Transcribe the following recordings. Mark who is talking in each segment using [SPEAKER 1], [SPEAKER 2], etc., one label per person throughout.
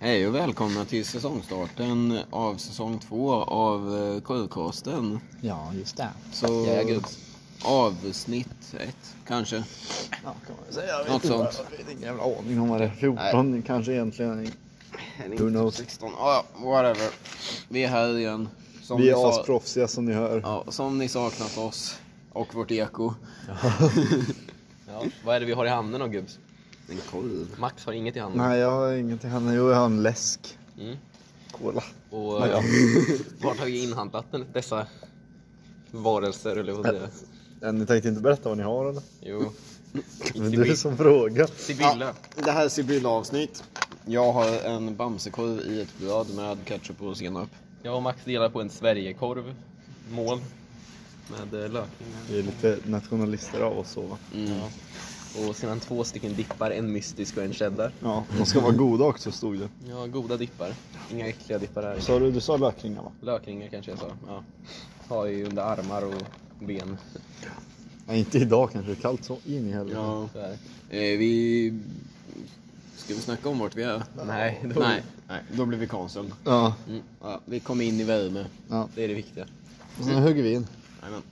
[SPEAKER 1] Hej och välkomna till säsongstarten av säsong två av eh, Korvcasten.
[SPEAKER 2] Ja, just det.
[SPEAKER 1] Så
[SPEAKER 2] Ja, gud.
[SPEAKER 1] avsnitt ett kanske.
[SPEAKER 2] Ja, kan man säga. Jag vet
[SPEAKER 1] Något
[SPEAKER 2] inte
[SPEAKER 1] sånt.
[SPEAKER 2] vad- Jag har ingen jävla aning om vad det är. 14 kanske egentligen. Who knows?
[SPEAKER 1] 16, ja whatever. Vi är här igen. Som
[SPEAKER 2] Vi
[SPEAKER 1] ni
[SPEAKER 2] är
[SPEAKER 1] sa-
[SPEAKER 2] asproffsiga som ni hör.
[SPEAKER 1] Ja, som ni saknat oss och vårt eko.
[SPEAKER 3] Ja, vad är det vi har i handen då gubbs?
[SPEAKER 1] En korv.
[SPEAKER 3] Max har inget i handen.
[SPEAKER 2] Nej, jag har ingenting. Han jo, jag har en läsk.
[SPEAKER 3] Mm.
[SPEAKER 2] Cola.
[SPEAKER 3] Och eh,
[SPEAKER 2] Nej, ja.
[SPEAKER 3] vart har vi inhandlat den- dessa varelser eller vad det är?
[SPEAKER 2] Ja, Ni tänkte inte berätta vad ni har eller?
[SPEAKER 3] Jo,
[SPEAKER 2] Men det är som fråga.
[SPEAKER 3] Sibylla.
[SPEAKER 1] Det här är Sibylla-avsnitt. Jag har en bamsekorv i ett bröd med ketchup och senap.
[SPEAKER 3] Jag och Max delar på en Sverigekorv, mål, med eh, lökning.
[SPEAKER 2] Vi är lite nationalister av oss så. va?
[SPEAKER 1] Mm.
[SPEAKER 3] Ja. Och sedan två stycken dippar, en mystisk och en cheddar.
[SPEAKER 2] Ja, de ska vara goda också stod det.
[SPEAKER 3] Ja, goda dippar. Inga äckliga dippar här.
[SPEAKER 2] Sa du, du sa lökringar va?
[SPEAKER 3] Lökringar kanske jag sa. Ja. Har ju under armar och ben.
[SPEAKER 2] Nej, inte idag kanske. Det är kallt så in i helvete.
[SPEAKER 1] Ja,
[SPEAKER 3] Så här.
[SPEAKER 1] eh, vi... Ska vi snacka om vart vi är?
[SPEAKER 3] Nej, då...
[SPEAKER 1] Nej, nej, då blir vi cancelled.
[SPEAKER 2] Ja.
[SPEAKER 1] Mm. Ja, vi kom in i värme.
[SPEAKER 2] ja.
[SPEAKER 3] det är det viktiga.
[SPEAKER 2] Och sen hugger vi in.
[SPEAKER 1] Jajamän.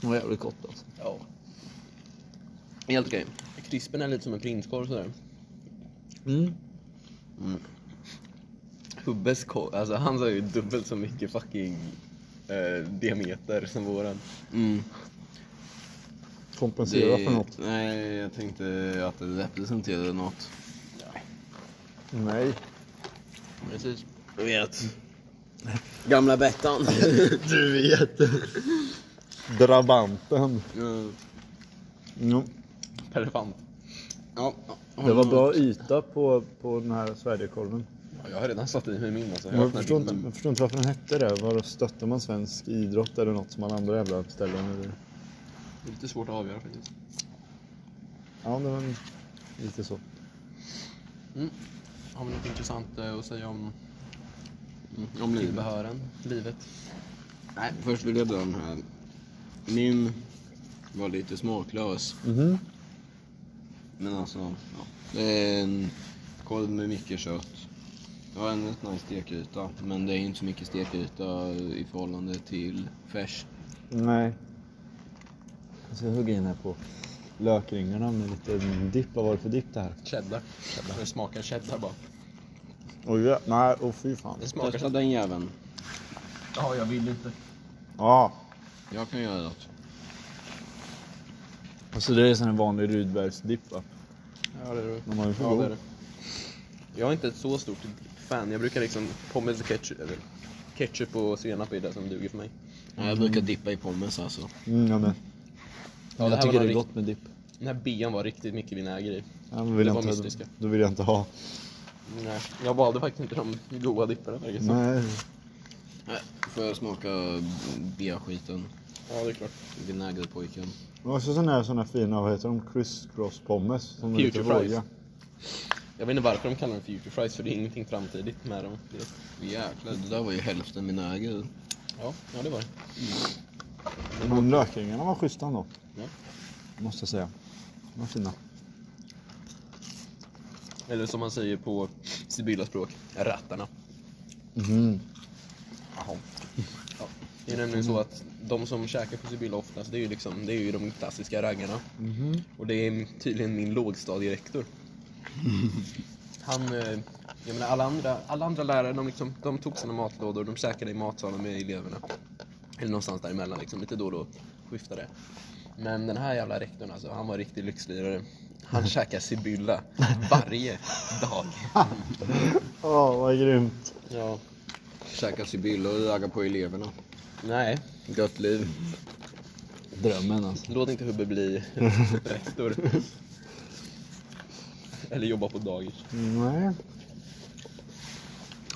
[SPEAKER 2] Det var jävligt gott alltså.
[SPEAKER 3] Ja.
[SPEAKER 1] Helt okej.
[SPEAKER 3] Krispen är lite som en prinskorv sådär.
[SPEAKER 2] Mm.
[SPEAKER 3] Hubbes korv, alltså hans har ju dubbelt så mycket fucking eh, diameter som våran.
[SPEAKER 1] Mm.
[SPEAKER 2] Kompensera för något.
[SPEAKER 1] Nej, jag tänkte att det representerade något.
[SPEAKER 2] Nej.
[SPEAKER 3] Precis. Mm.
[SPEAKER 1] Jag vet. Gamla Bettan.
[SPEAKER 2] Du vet. Drabanten.
[SPEAKER 1] Ja,
[SPEAKER 2] Jo.
[SPEAKER 3] Perfekt.
[SPEAKER 1] ja.
[SPEAKER 2] Det var bra yta på, på den här Sverigekorven.
[SPEAKER 3] Ja, jag har redan satt i mig min alltså.
[SPEAKER 2] Jag
[SPEAKER 3] öppnar
[SPEAKER 2] förstår
[SPEAKER 3] din,
[SPEAKER 2] inte,
[SPEAKER 3] men-
[SPEAKER 2] jag förstår inte varför den hette det. Var stöttar man svensk idrott eller något som alla andra jävla ställen? Eller?
[SPEAKER 3] Det är lite svårt att avgöra faktiskt.
[SPEAKER 2] Ja, det var lite så.
[SPEAKER 3] Har vi något intressant eh, att säga om
[SPEAKER 1] Mm, Om livet.
[SPEAKER 3] tillbehören? Livet?
[SPEAKER 1] Nej, först vill jag dra den här. Min var lite smaklös.
[SPEAKER 2] Mhm.
[SPEAKER 1] Men alltså, ja. Det är en korv med mycket kött. Det har en rätt nice stekyta. Men det är inte så mycket stekyta i förhållande till färs.
[SPEAKER 2] Nej. Jag ska hugga in här på lökringarna med lite dipp. Vad var det för dipp det här?
[SPEAKER 3] Cheddar. cheddar. Det smakar cheddar bara.
[SPEAKER 2] Oj, ja. Nej, åh fy fan.
[SPEAKER 3] Det smakar
[SPEAKER 1] Testa
[SPEAKER 3] cheddar.
[SPEAKER 1] den jäveln.
[SPEAKER 3] Ja, jag vill inte.
[SPEAKER 2] Ja.
[SPEAKER 1] Jag kan göra det.
[SPEAKER 2] Alltså det är som en vanlig rudbärsdipp va?
[SPEAKER 3] Ja, det är det.
[SPEAKER 2] De var ju för
[SPEAKER 3] Ja, det är
[SPEAKER 2] god.
[SPEAKER 3] det. Jag är inte ett så stort fan. Jag brukar liksom pommes och ketchup, eller ketchup och senap är det som duger för mig.
[SPEAKER 1] Ja, jag brukar dippa i pommes alltså.
[SPEAKER 2] Mm, ja, men.
[SPEAKER 3] Ja, det
[SPEAKER 2] jag
[SPEAKER 3] här
[SPEAKER 2] tycker
[SPEAKER 3] var
[SPEAKER 2] det är
[SPEAKER 3] en
[SPEAKER 2] gott med dipp.
[SPEAKER 3] Den här bean var riktigt mycket vinäger i.
[SPEAKER 2] Ja, men vill
[SPEAKER 3] Det
[SPEAKER 2] jag
[SPEAKER 3] var
[SPEAKER 2] inte,
[SPEAKER 3] mystiska.
[SPEAKER 2] Då vill jag inte ha.
[SPEAKER 3] Nej, jag valde faktiskt inte de goda dipparna verkar det som.
[SPEAKER 2] Nej.
[SPEAKER 1] Nej, Får jag smaka bea-skiten?
[SPEAKER 3] Ja, det är klart.
[SPEAKER 1] Vinägerpojken.
[SPEAKER 2] Det var också sådana här, såna här fina, vad heter de? Criss cross pommes. Som är lite
[SPEAKER 3] Future fries.
[SPEAKER 2] råiga.
[SPEAKER 3] Jag vet inte varför de kallar dem future fries, för det är ingenting framtidigt med dem. Det-
[SPEAKER 1] Jäklar, det där var ju hälften vinäger.
[SPEAKER 3] Ja, ja det var det.
[SPEAKER 2] Men lökringarna var schyssta ändå.
[SPEAKER 3] Ja.
[SPEAKER 2] Måste jag säga. De var fina.
[SPEAKER 3] Eller som man säger på Sibyllas språk, rattarna.
[SPEAKER 2] Mhm.
[SPEAKER 3] Ja. Det är nämligen så att de som käkar på Sibylla oftast, det är ju, liksom, det är ju de klassiska raggarna. Och det är tydligen min lågstadierektor. Han, eh, jag menar alla andra, alla andra lärare, de, liksom, de tog sina matlådor, de käkade i matsalen med eleverna. Eller någonstans däremellan, liksom, lite då och då skiftade. Men den här jävla rektorn alltså, han var riktig lyxlirare. Han käkade Sibylla varje dag.
[SPEAKER 2] Åh, vad grymt.
[SPEAKER 3] Ja,
[SPEAKER 1] Käka sibylla och ragga på eleverna.
[SPEAKER 3] nej,
[SPEAKER 1] Gött liv.
[SPEAKER 2] Drömmen alltså.
[SPEAKER 3] Låt inte Hubbe bli rektor. Eller jobba på dagis.
[SPEAKER 2] Nej.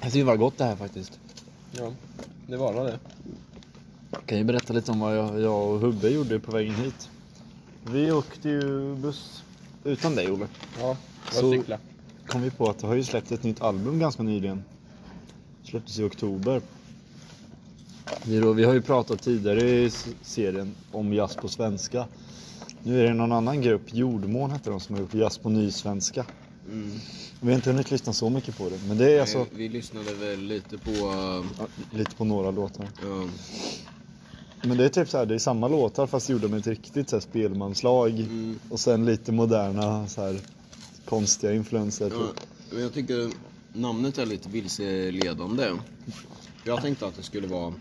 [SPEAKER 2] Jag tycker det var gott det här faktiskt.
[SPEAKER 3] Ja, det var det.
[SPEAKER 2] Kan ju berätta lite om vad jag, jag och Hubbe gjorde på vägen hit. Vi åkte ju buss. Utan dig Olle.
[SPEAKER 3] Ja,
[SPEAKER 2] det var cykla. Kom vi på att det har ju släppt ett nytt album ganska nyligen. Släpptes i oktober. Vi, då, vi har ju pratat tidigare i s- serien om jazz på svenska. Nu är det någon annan grupp, Jordmån heter de, som har gjort jazz på nysvenska.
[SPEAKER 3] Mm.
[SPEAKER 2] Vi har inte hunnit lyssna så mycket på det, men det är alltså
[SPEAKER 3] Eh, Vi lyssnade väl lite på...
[SPEAKER 2] ja, lite på några låtar.
[SPEAKER 3] Uh,
[SPEAKER 2] Men det är typ så här, det är samma låtar fast gjorda med ett riktigt så här spelmanslag
[SPEAKER 3] mm,
[SPEAKER 2] och sen lite moderna så här konstiga influenser.
[SPEAKER 3] ja,
[SPEAKER 2] Typ.
[SPEAKER 3] men jag tycker namnet är lite vilseledande. Jag tänkte att det skulle vara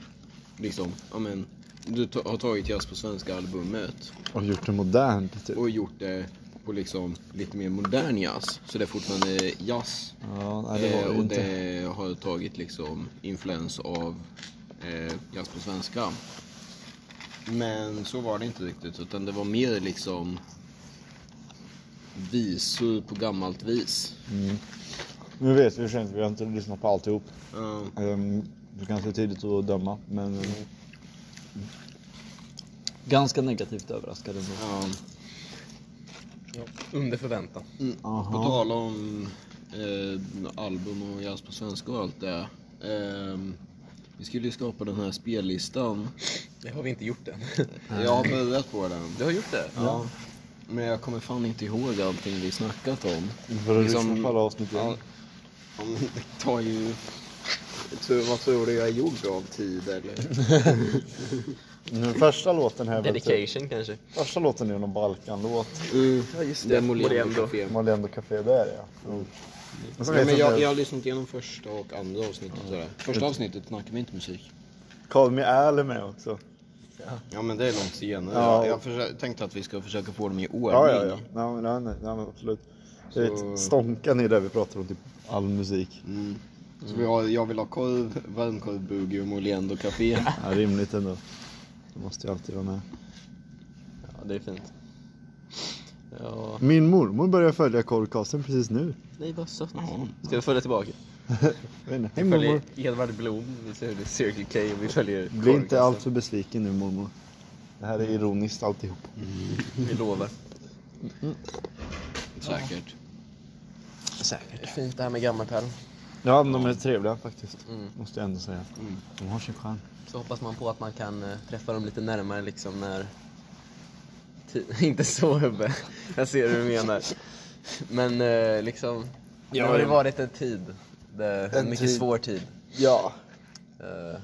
[SPEAKER 3] liksom, ja men, du ta- har tagit jazz på svenska albumet
[SPEAKER 2] Och gjort det modernt typ.
[SPEAKER 3] och gjort det på liksom lite mer modern jazz. Så det är fortfarande jazz.
[SPEAKER 2] Ja, nej, det
[SPEAKER 3] Eh,
[SPEAKER 2] var det
[SPEAKER 3] och
[SPEAKER 2] inte.
[SPEAKER 3] det har tagit liksom influens av eh, jazz på svenska. Men så var det inte riktigt utan det var mer liksom visor på gammalt vis.
[SPEAKER 2] Mm. Nu vet vi hur det känns, vi har inte lyssnat på alltihop.
[SPEAKER 3] Eh,
[SPEAKER 2] Um, det kanske är tidigt att döma, men... Ganska negativt överraskad ändå.
[SPEAKER 3] ja.
[SPEAKER 4] Under förväntan.
[SPEAKER 3] Mm.
[SPEAKER 2] Aha.
[SPEAKER 3] På tal om eh, album och jazz på svenska och allt det. ehm, vi skulle ju skapa den här spellistan.
[SPEAKER 4] Det har vi inte gjort än.
[SPEAKER 3] Jag har börjat på den.
[SPEAKER 4] Du har gjort det?
[SPEAKER 3] Ja. Men jag kommer fan inte ihåg allting vi snackat om.
[SPEAKER 2] Vi får
[SPEAKER 3] Liksom-
[SPEAKER 2] lyssna på alla avsnitt igen.
[SPEAKER 3] Ja, ja, men det tar ju... Tror- Vad tror du jag är gjord av tid eller?
[SPEAKER 2] Nu, första låten här var typ,
[SPEAKER 4] Dedication kanske?
[SPEAKER 2] Första låten är någon Balkanlåt.
[SPEAKER 3] Mm.
[SPEAKER 4] Ja just
[SPEAKER 3] Det är Moliendo
[SPEAKER 4] Moliendo.
[SPEAKER 3] Café. Ja,
[SPEAKER 2] Moliendo Café, det är det ja. Jag vet
[SPEAKER 3] men
[SPEAKER 2] inte.
[SPEAKER 3] jag, jag har lyssnat igenom första och andra avsnittet. Sådär. Första avsnittet snackar vi inte musik.
[SPEAKER 2] Call Me Al är med också.
[SPEAKER 3] Ja men det är långt senare.
[SPEAKER 2] Ja.
[SPEAKER 3] Jag försö- tänkte att vi ska försöka få dem i ordning.
[SPEAKER 2] Ja, ja, ja. Nej, men- nej, nej, nej, men absolut. Så... Vet, stonkan är där vi pratar om typ all musik.
[SPEAKER 3] Mm. Så vi har, jag vill ha korv, varmkorv, boogie och Moliendo Café.
[SPEAKER 2] Ja, rimligt ändå. Det måste ju alltid vara med.
[SPEAKER 4] Ja det är fint. Ja,
[SPEAKER 2] Min mormor börjar följa korvcasten precis nu.
[SPEAKER 4] nej vad sött.
[SPEAKER 3] Ja.
[SPEAKER 4] Ska vi följa tillbaka?
[SPEAKER 2] Jag vet inte. Hej
[SPEAKER 4] Vi
[SPEAKER 2] mormor.
[SPEAKER 4] följer Edvard Blom, vi följer Circle K och vi följer
[SPEAKER 2] Bli inte
[SPEAKER 4] Korvkassen.
[SPEAKER 2] alltför besviken nu mormor. Det här
[SPEAKER 4] Mm.
[SPEAKER 2] är ironiskt alltihop.
[SPEAKER 4] Vi lovar.
[SPEAKER 3] Säkert.
[SPEAKER 4] Säkert. Fint det här med gammelpäron.
[SPEAKER 2] Ja, men de är trevliga faktiskt.
[SPEAKER 4] Mm.
[SPEAKER 2] Måste jag ändå säga.
[SPEAKER 3] Mm.
[SPEAKER 2] De har sin charm.
[SPEAKER 4] Så hoppas man på att man kan eh, träffa dem lite närmare liksom när... Ti- inte så Hubbe, jag ser hur du menar. Men eh, liksom,
[SPEAKER 2] Ja,
[SPEAKER 4] nu har det
[SPEAKER 2] ja.
[SPEAKER 4] varit en tid. Det, en
[SPEAKER 2] En
[SPEAKER 4] mycket
[SPEAKER 2] tid.
[SPEAKER 4] svår tid.
[SPEAKER 2] Ja.
[SPEAKER 4] Eh,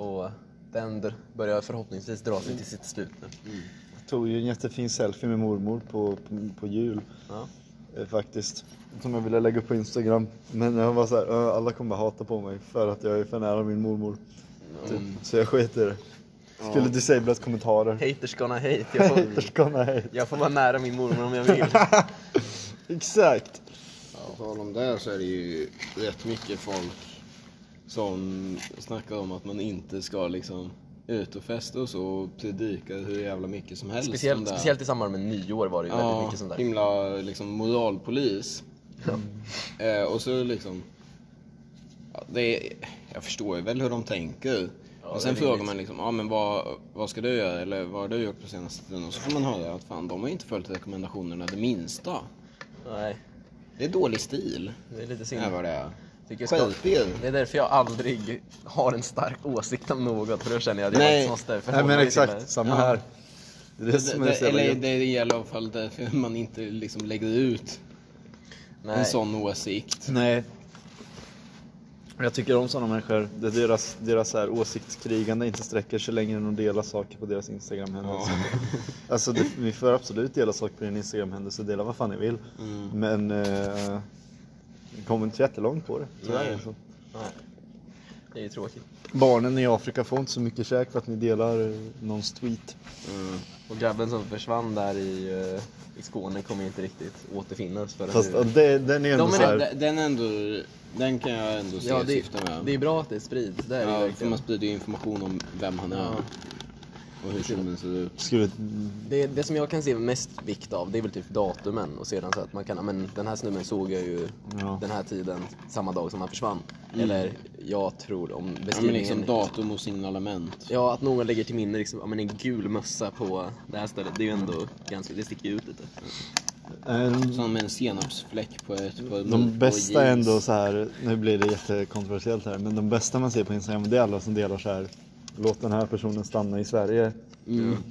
[SPEAKER 4] och den dr- börjar förhoppningsvis dra sig till sitt slut nu.
[SPEAKER 2] Jag tog ju en jättefin selfie med mormor på, på, på jul
[SPEAKER 4] Ja.
[SPEAKER 2] eh, faktiskt. Som jag ville lägga upp på Instagram. Men jag var så här, "Ö, alla kommer bara hata på mig för att jag är för nära min mormor.
[SPEAKER 4] Mm.
[SPEAKER 2] Typ. Så jag sket i det. Skulle disablat kommentarer.
[SPEAKER 4] Haters gonna hate. Jag får,
[SPEAKER 2] Haters gonna hate.
[SPEAKER 4] jag får vara nära min mormor om jag vill.
[SPEAKER 2] Exakt.
[SPEAKER 3] På tal om det så är det ju rätt mycket folk som snackar om att man inte ska liksom ut och festa och så och predika hur jävla mycket som helst. om
[SPEAKER 4] Speciellt,
[SPEAKER 3] det.
[SPEAKER 4] speciellt i samband med nyår var det ju väldigt
[SPEAKER 3] ja,
[SPEAKER 4] mycket sånt där.
[SPEAKER 3] himla liksom moralpolis. Eh, och så liksom... Ja, det är, jag förstår ju väl hur de tänker.
[SPEAKER 4] Ja,
[SPEAKER 3] och
[SPEAKER 4] det
[SPEAKER 3] sen
[SPEAKER 4] är
[SPEAKER 3] frågar
[SPEAKER 4] rimligt.
[SPEAKER 3] man liksom, ja men vad, vad ska du göra? Eller vad har du gjort på senaste tiden? Och så får man höra att fan, de har inte följt rekommendationerna det minsta.
[SPEAKER 4] Nej,
[SPEAKER 3] Det är dålig stil.
[SPEAKER 4] det är lite synd.
[SPEAKER 3] Är vad det är.
[SPEAKER 4] Tycker jag
[SPEAKER 3] Skärp er.
[SPEAKER 4] Det är därför jag aldrig har en stark åsikt om något, för då känner jag att jag
[SPEAKER 3] Nej.
[SPEAKER 4] faktiskt måste förhålla
[SPEAKER 2] Nej men
[SPEAKER 4] mig till det.
[SPEAKER 2] exakt, samma här. Det är det som är
[SPEAKER 3] Det,
[SPEAKER 2] så jävla
[SPEAKER 3] eller
[SPEAKER 2] gött.
[SPEAKER 3] det gäller i alla fall därför man inte liksom lägger ut en
[SPEAKER 4] Nej.
[SPEAKER 3] sån åsikt.
[SPEAKER 2] Nej. Jag tycker om sådana människor. Det är deras, deras så här åsiktskrigande inte sträcker sig längre än att dela saker på deras Instagram-händelse. Alltså det, vi får absolut dela saker på din Instagram-händelse, dela vad fan ni vill.
[SPEAKER 3] Mm.
[SPEAKER 2] Men eh, vi kommer inte jättelångt på det. tyvärr.
[SPEAKER 3] Nej.
[SPEAKER 2] Alltså.
[SPEAKER 4] Nej. Det är ju tråkigt.
[SPEAKER 2] Barnen i Afrika får inte så mycket käk för att ni delar eh, någons tweet.
[SPEAKER 3] Mm.
[SPEAKER 4] Och grabben som försvann där i, eh, i Skåne kommer ju inte riktigt återfinnas förrän
[SPEAKER 2] Fast
[SPEAKER 4] nu.
[SPEAKER 2] ja, det, den är ändå
[SPEAKER 4] De är
[SPEAKER 2] så här,
[SPEAKER 3] Den, den, ändå, den kan jag ändå se
[SPEAKER 4] Ja, det,
[SPEAKER 3] syften med.
[SPEAKER 4] det är bra att det sprids, det är det ju
[SPEAKER 3] ja, för
[SPEAKER 4] verkligen.
[SPEAKER 3] man sprider ju information om vem han är
[SPEAKER 4] Ja.
[SPEAKER 3] och hur personen ser ut.
[SPEAKER 2] skulle,
[SPEAKER 4] Det, det som jag kan se mest vikt av, det är väl typ datumen och sedan så att man kan, ja, men den här snubben såg jag ju
[SPEAKER 2] Ja.
[SPEAKER 4] den här tiden, samma dag som han försvann. Eller jag tror om
[SPEAKER 3] Ja, men
[SPEAKER 4] beskrivningen
[SPEAKER 3] liksom datum och signalement.
[SPEAKER 4] Ja, att någon lägger till minne liksom, ja, men en gul mössa på det här stället, det är ju ändå ganska, det sticker ju ut lite.
[SPEAKER 2] en,
[SPEAKER 3] Som en senapsfläck på ett par
[SPEAKER 2] De bästa är ändå så här, nu blir det jättekontroversiellt här, men de bästa man ser på Instagram det är alla som delar så här låt den här personen stanna i Sverige.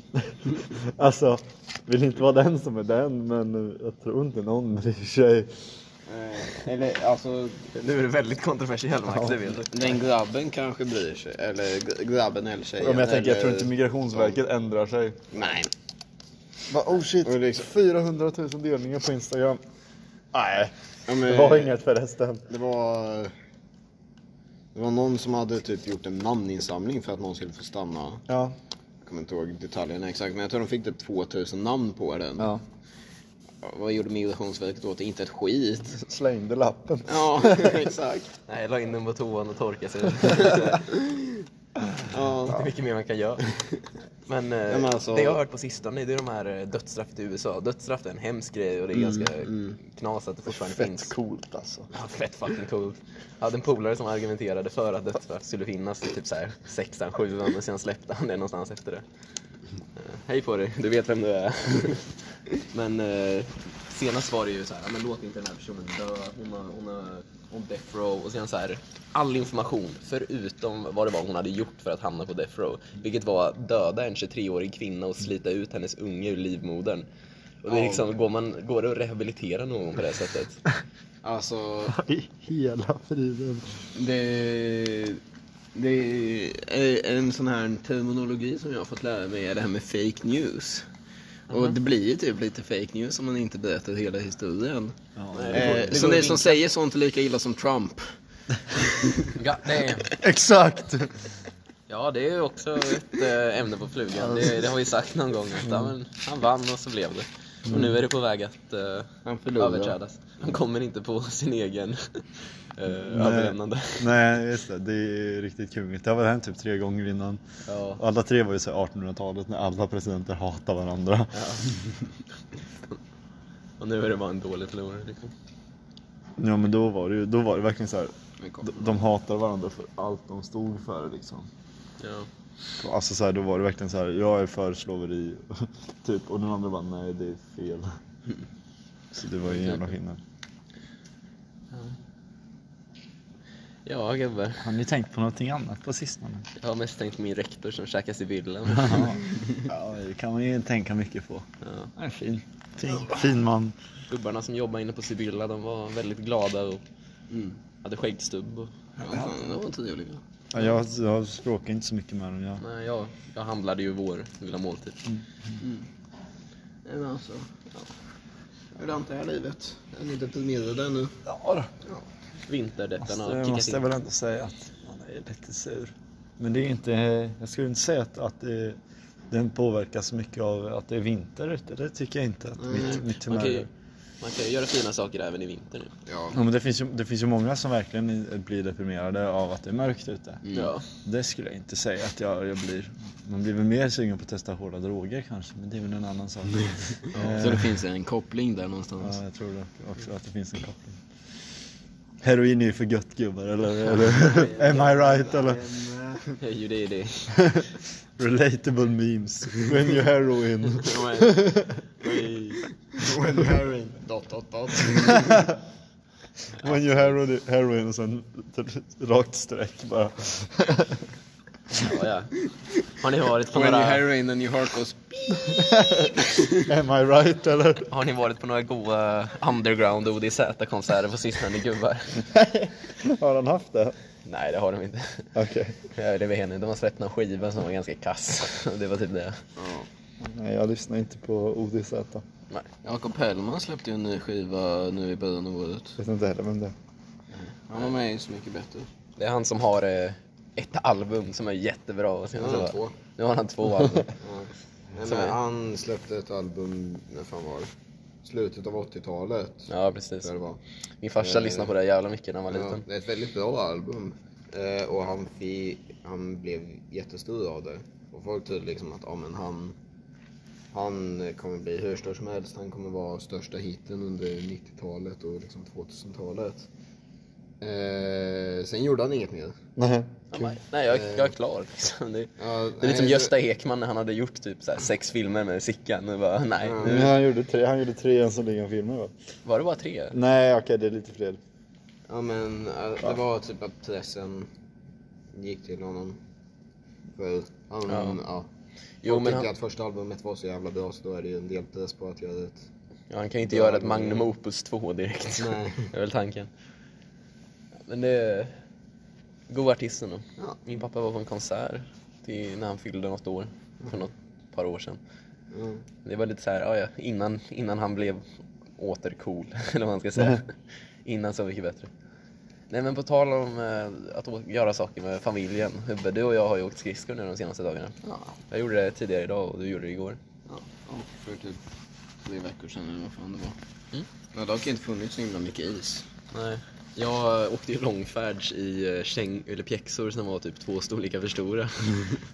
[SPEAKER 2] alltså, vill inte vara den som är den, men jag tror inte någon bryr sig.
[SPEAKER 3] Eh, Eller alltså,
[SPEAKER 4] Nu är det väldigt kontroversiell Max, det vet du.
[SPEAKER 3] den grabben kanske bryr sig. Eller g- grabben eller tjejen.
[SPEAKER 2] Om jag tänker, jag tror
[SPEAKER 3] eller-
[SPEAKER 2] inte Migrationsverket ändrar sig.
[SPEAKER 3] Nej.
[SPEAKER 2] Va, oh shit,
[SPEAKER 3] Och liksom-
[SPEAKER 2] 400 000 delningar på Instagram. Nej,
[SPEAKER 3] Ja, men-
[SPEAKER 2] det var inget förresten.
[SPEAKER 3] Det var... Det var någon som hade typ gjort en namninsamling för att någon skulle få stanna.
[SPEAKER 2] Ja,
[SPEAKER 3] Jag kommer inte ihåg detaljerna exakt, men jag tror de fick typ 2000 namn på den.
[SPEAKER 2] ja.
[SPEAKER 3] Vad gjorde Migrationsverket åt det? Inte ett skit.
[SPEAKER 2] slängde lappen.
[SPEAKER 3] Ja, exakt.
[SPEAKER 4] Nej, jag la in den på toan och torkade sig.
[SPEAKER 3] Ja.
[SPEAKER 4] Det är mycket mer man kan göra. Men, eh,
[SPEAKER 3] men alltså-
[SPEAKER 4] det jag har hört på sistone det är de här eh, dödsstraffet i USA. Dödsstraff är en hemsk grej och det är ganska knas att det fortfarande finns.
[SPEAKER 2] Fett coolt alltså.
[SPEAKER 4] Ja, fett fucking coolt. Jag hade en polare som argumenterade för att dödsstraff skulle finnas i typ så här sexan, sjuan men sen släppte han det någonstans efter det. Eh, Hej på dig, du vet vem du är. men eh, senast var det ju så här, "Ja, men låt inte den här personen dö, hon har, hon har on death row och sen så här all information förutom vad det var hon hade gjort för att hamna på death row. Vilket var att döda en 23-årig kvinna och slita ut hennes unge ur livmodern. Och det är liksom, går, man, går det att rehabilitera någon på det sättet?
[SPEAKER 3] Alltså,
[SPEAKER 2] I hela friden.
[SPEAKER 3] det... Det är en sån här terminologi som jag har fått lära mig är det här med fake news. Och det blir ju typ lite fake news om man inte berättar hela historien. Eh, så ni som säger sånt är lika illa som Trump.
[SPEAKER 4] Ja, nej.
[SPEAKER 2] Exakt!
[SPEAKER 4] ja, det är ju också ett eh, ämne på flugan. Det, det har vi sagt någon gång. Att, ja, men, han vann och så blev det. Och nu är det på väg att eh,
[SPEAKER 3] Han förlorade.
[SPEAKER 4] överträdas. Han kommer inte på sin egen eh, överlämnande.
[SPEAKER 2] Nej, just det. Det är riktigt kungligt. Det har väl hänt typ tre gånger innan.
[SPEAKER 4] Ja.
[SPEAKER 2] Och Alla tre var ju så här 1800-talet när alla presidenter hatar varandra.
[SPEAKER 4] Och nu är det bara en dålig förlorare. Liksom.
[SPEAKER 2] Ja men då var det ju, då var det verkligen så här.
[SPEAKER 3] Men kom.
[SPEAKER 2] De, de hatar varandra för allt de stod för liksom.
[SPEAKER 4] Ja.
[SPEAKER 2] Alltså så här, då var det verkligen så här. jag är för slaveri. typ. Och den andra bara, nej det är fel. Så det var ju en jävla skillnad.
[SPEAKER 4] ja, gubbar.
[SPEAKER 2] Har ni tänkt på någonting annat på sistone?
[SPEAKER 4] Jag har mest tänkt på min rektor som käkar Sibylla.
[SPEAKER 2] ja, det kan man ju tänka mycket på.
[SPEAKER 4] Ja.
[SPEAKER 2] Han är fin. Fin, fin man.
[SPEAKER 4] Gubbarna som jobbar inne på Sibylla, de var väldigt glada och
[SPEAKER 3] Mm.
[SPEAKER 4] hade skäggstubb. Och...
[SPEAKER 3] Ja, fan, det var trevligt.
[SPEAKER 2] Ja, jag, jag språkar inte så mycket med dem. Jag,
[SPEAKER 4] Nej, jag, jag handlade ju vår lilla måltid.
[SPEAKER 3] Nej men alltså. Ja. Hur lantar jag livet? Jag är lite deprimerad ännu.
[SPEAKER 2] ja då.
[SPEAKER 4] Vinterdettarna har
[SPEAKER 2] Måste,
[SPEAKER 4] kickat
[SPEAKER 2] Alltså, måste
[SPEAKER 4] in.
[SPEAKER 2] jag väl ändå säga att man är lite sur. Men det är inte, jag skulle inte säga att, att det, den påverkas så mycket av att det är vinter ute. Det tycker jag inte att mitt, mitt humör
[SPEAKER 4] Man kan, ju,
[SPEAKER 2] gör.
[SPEAKER 4] man kan ju göra fina saker även i vinter nu.
[SPEAKER 3] Ja.
[SPEAKER 2] ja, men det, finns ju, det finns ju många som verkligen blir deprimerade av att det är mörkt ute.
[SPEAKER 4] Ja.
[SPEAKER 2] Det skulle jag inte säga att jag, jag blir. Man blir väl mer sugen på att testa hårda droger kanske, men det är väl en annan sak. Eh,
[SPEAKER 3] Så det finns en koppling där någonstans.
[SPEAKER 2] Ja, jag tror det också att det finns en koppling. Heroin är ju för gött gubbar, eller? eller am I right? Eller?
[SPEAKER 4] Det är ju det. det.
[SPEAKER 2] Relatable memes. When you heroin.
[SPEAKER 3] When heroin... Dot, dot, dot.
[SPEAKER 2] When you heroin, heroin och sen rakt streck bara.
[SPEAKER 4] Ja, ja. Har ni varit på
[SPEAKER 3] When you
[SPEAKER 4] några,
[SPEAKER 3] heroin and you harkos.
[SPEAKER 2] Am I right eller?
[SPEAKER 4] har ni varit på några goa underground ODZ-konserter på sistone gubbar?
[SPEAKER 2] Har han haft det?
[SPEAKER 4] Nej, det har de inte.
[SPEAKER 2] Okej.
[SPEAKER 4] Jag är det vet inte. De har släppt någon skiva som var ganska kass. Det var typ det.
[SPEAKER 3] Ja.
[SPEAKER 2] Nej, jag lyssnar inte på ODZ.
[SPEAKER 4] Nej.
[SPEAKER 3] Jakob Hellman släppte ju en ny skiva nu i början av året.
[SPEAKER 2] Vet inte heller vem det är.
[SPEAKER 3] Han var med i Så Mycket Bättre.
[SPEAKER 4] Det är han som har eh, ett album som är jättebra. Och sen
[SPEAKER 3] Nu har han
[SPEAKER 4] så-
[SPEAKER 3] två.
[SPEAKER 4] Nu har han två album.
[SPEAKER 3] Nej,
[SPEAKER 4] men
[SPEAKER 3] han släppte ett album, när fan var det? Slutet av 80-talet.
[SPEAKER 4] Ja, precis.
[SPEAKER 3] var.
[SPEAKER 4] Min farsa lyssnade på det jävla mycket när han var
[SPEAKER 3] Ja,
[SPEAKER 4] liten.
[SPEAKER 3] det är ett väldigt bra album. Eh, och han, fi, han blev jättestor av det. Och folk trodde liksom att ja, men han, han kommer bli hur stor som helst. Han kommer vara största hiten under 90-talet och liksom 2000-talet. Eh, sen gjorde han inget mer.
[SPEAKER 2] Nej.
[SPEAKER 4] Nej, nej jag, jag är klar. Liksom. Det,
[SPEAKER 3] Ja,
[SPEAKER 4] Eh. det är lite som
[SPEAKER 3] nej,
[SPEAKER 4] Gösta Ekman när han hade gjort typ så här sex filmer med Sickan. Nu bara, nej,
[SPEAKER 3] Ja.
[SPEAKER 2] Men
[SPEAKER 4] nu
[SPEAKER 2] han gjorde tre, han gjorde tre Jönssonligan-filmer va?
[SPEAKER 4] var det bara tre.
[SPEAKER 2] Nej, okej det är lite fel.
[SPEAKER 3] Ja men eh, det var typ att pressen gick till honom. För han, ja.
[SPEAKER 4] Jo,
[SPEAKER 3] Folk
[SPEAKER 4] men
[SPEAKER 3] tyckte
[SPEAKER 4] han-
[SPEAKER 3] att första albumet var så jävla bra så då är det ju en del test på att göra ett...
[SPEAKER 4] Ja, han kan inte
[SPEAKER 3] Bra
[SPEAKER 4] göra ett
[SPEAKER 3] med-
[SPEAKER 4] Magnum Opus 2 direkt.
[SPEAKER 3] Nej.
[SPEAKER 4] Det är väl tanken. Men det är... God artist ändå.
[SPEAKER 3] Ja.
[SPEAKER 4] Min pappa var på en konsert till, när han fyllde något år, för något par år sedan.
[SPEAKER 3] Ja.
[SPEAKER 4] Det var lite så här, ja, ja, innan, innan han blev åter cool, eller vad man ska säga. innan så mycket bättre. Nej men på tal om eh, att å- göra saker med familjen. Hubbe, du och jag har ju åkt skridskor nu de senaste dagarna.
[SPEAKER 5] Ja,
[SPEAKER 4] Jag gjorde det tidigare idag och du gjorde det igår.
[SPEAKER 5] ja. Och för typ tre veckor sedan eller vad fan det var.
[SPEAKER 4] Mm.
[SPEAKER 5] Det har dock inte funnits så himla mycket is.
[SPEAKER 4] Nej. Jag eh, åkte ju långfärds i eh, käng, eller pjäxor som var typ två storlekar för stora. Så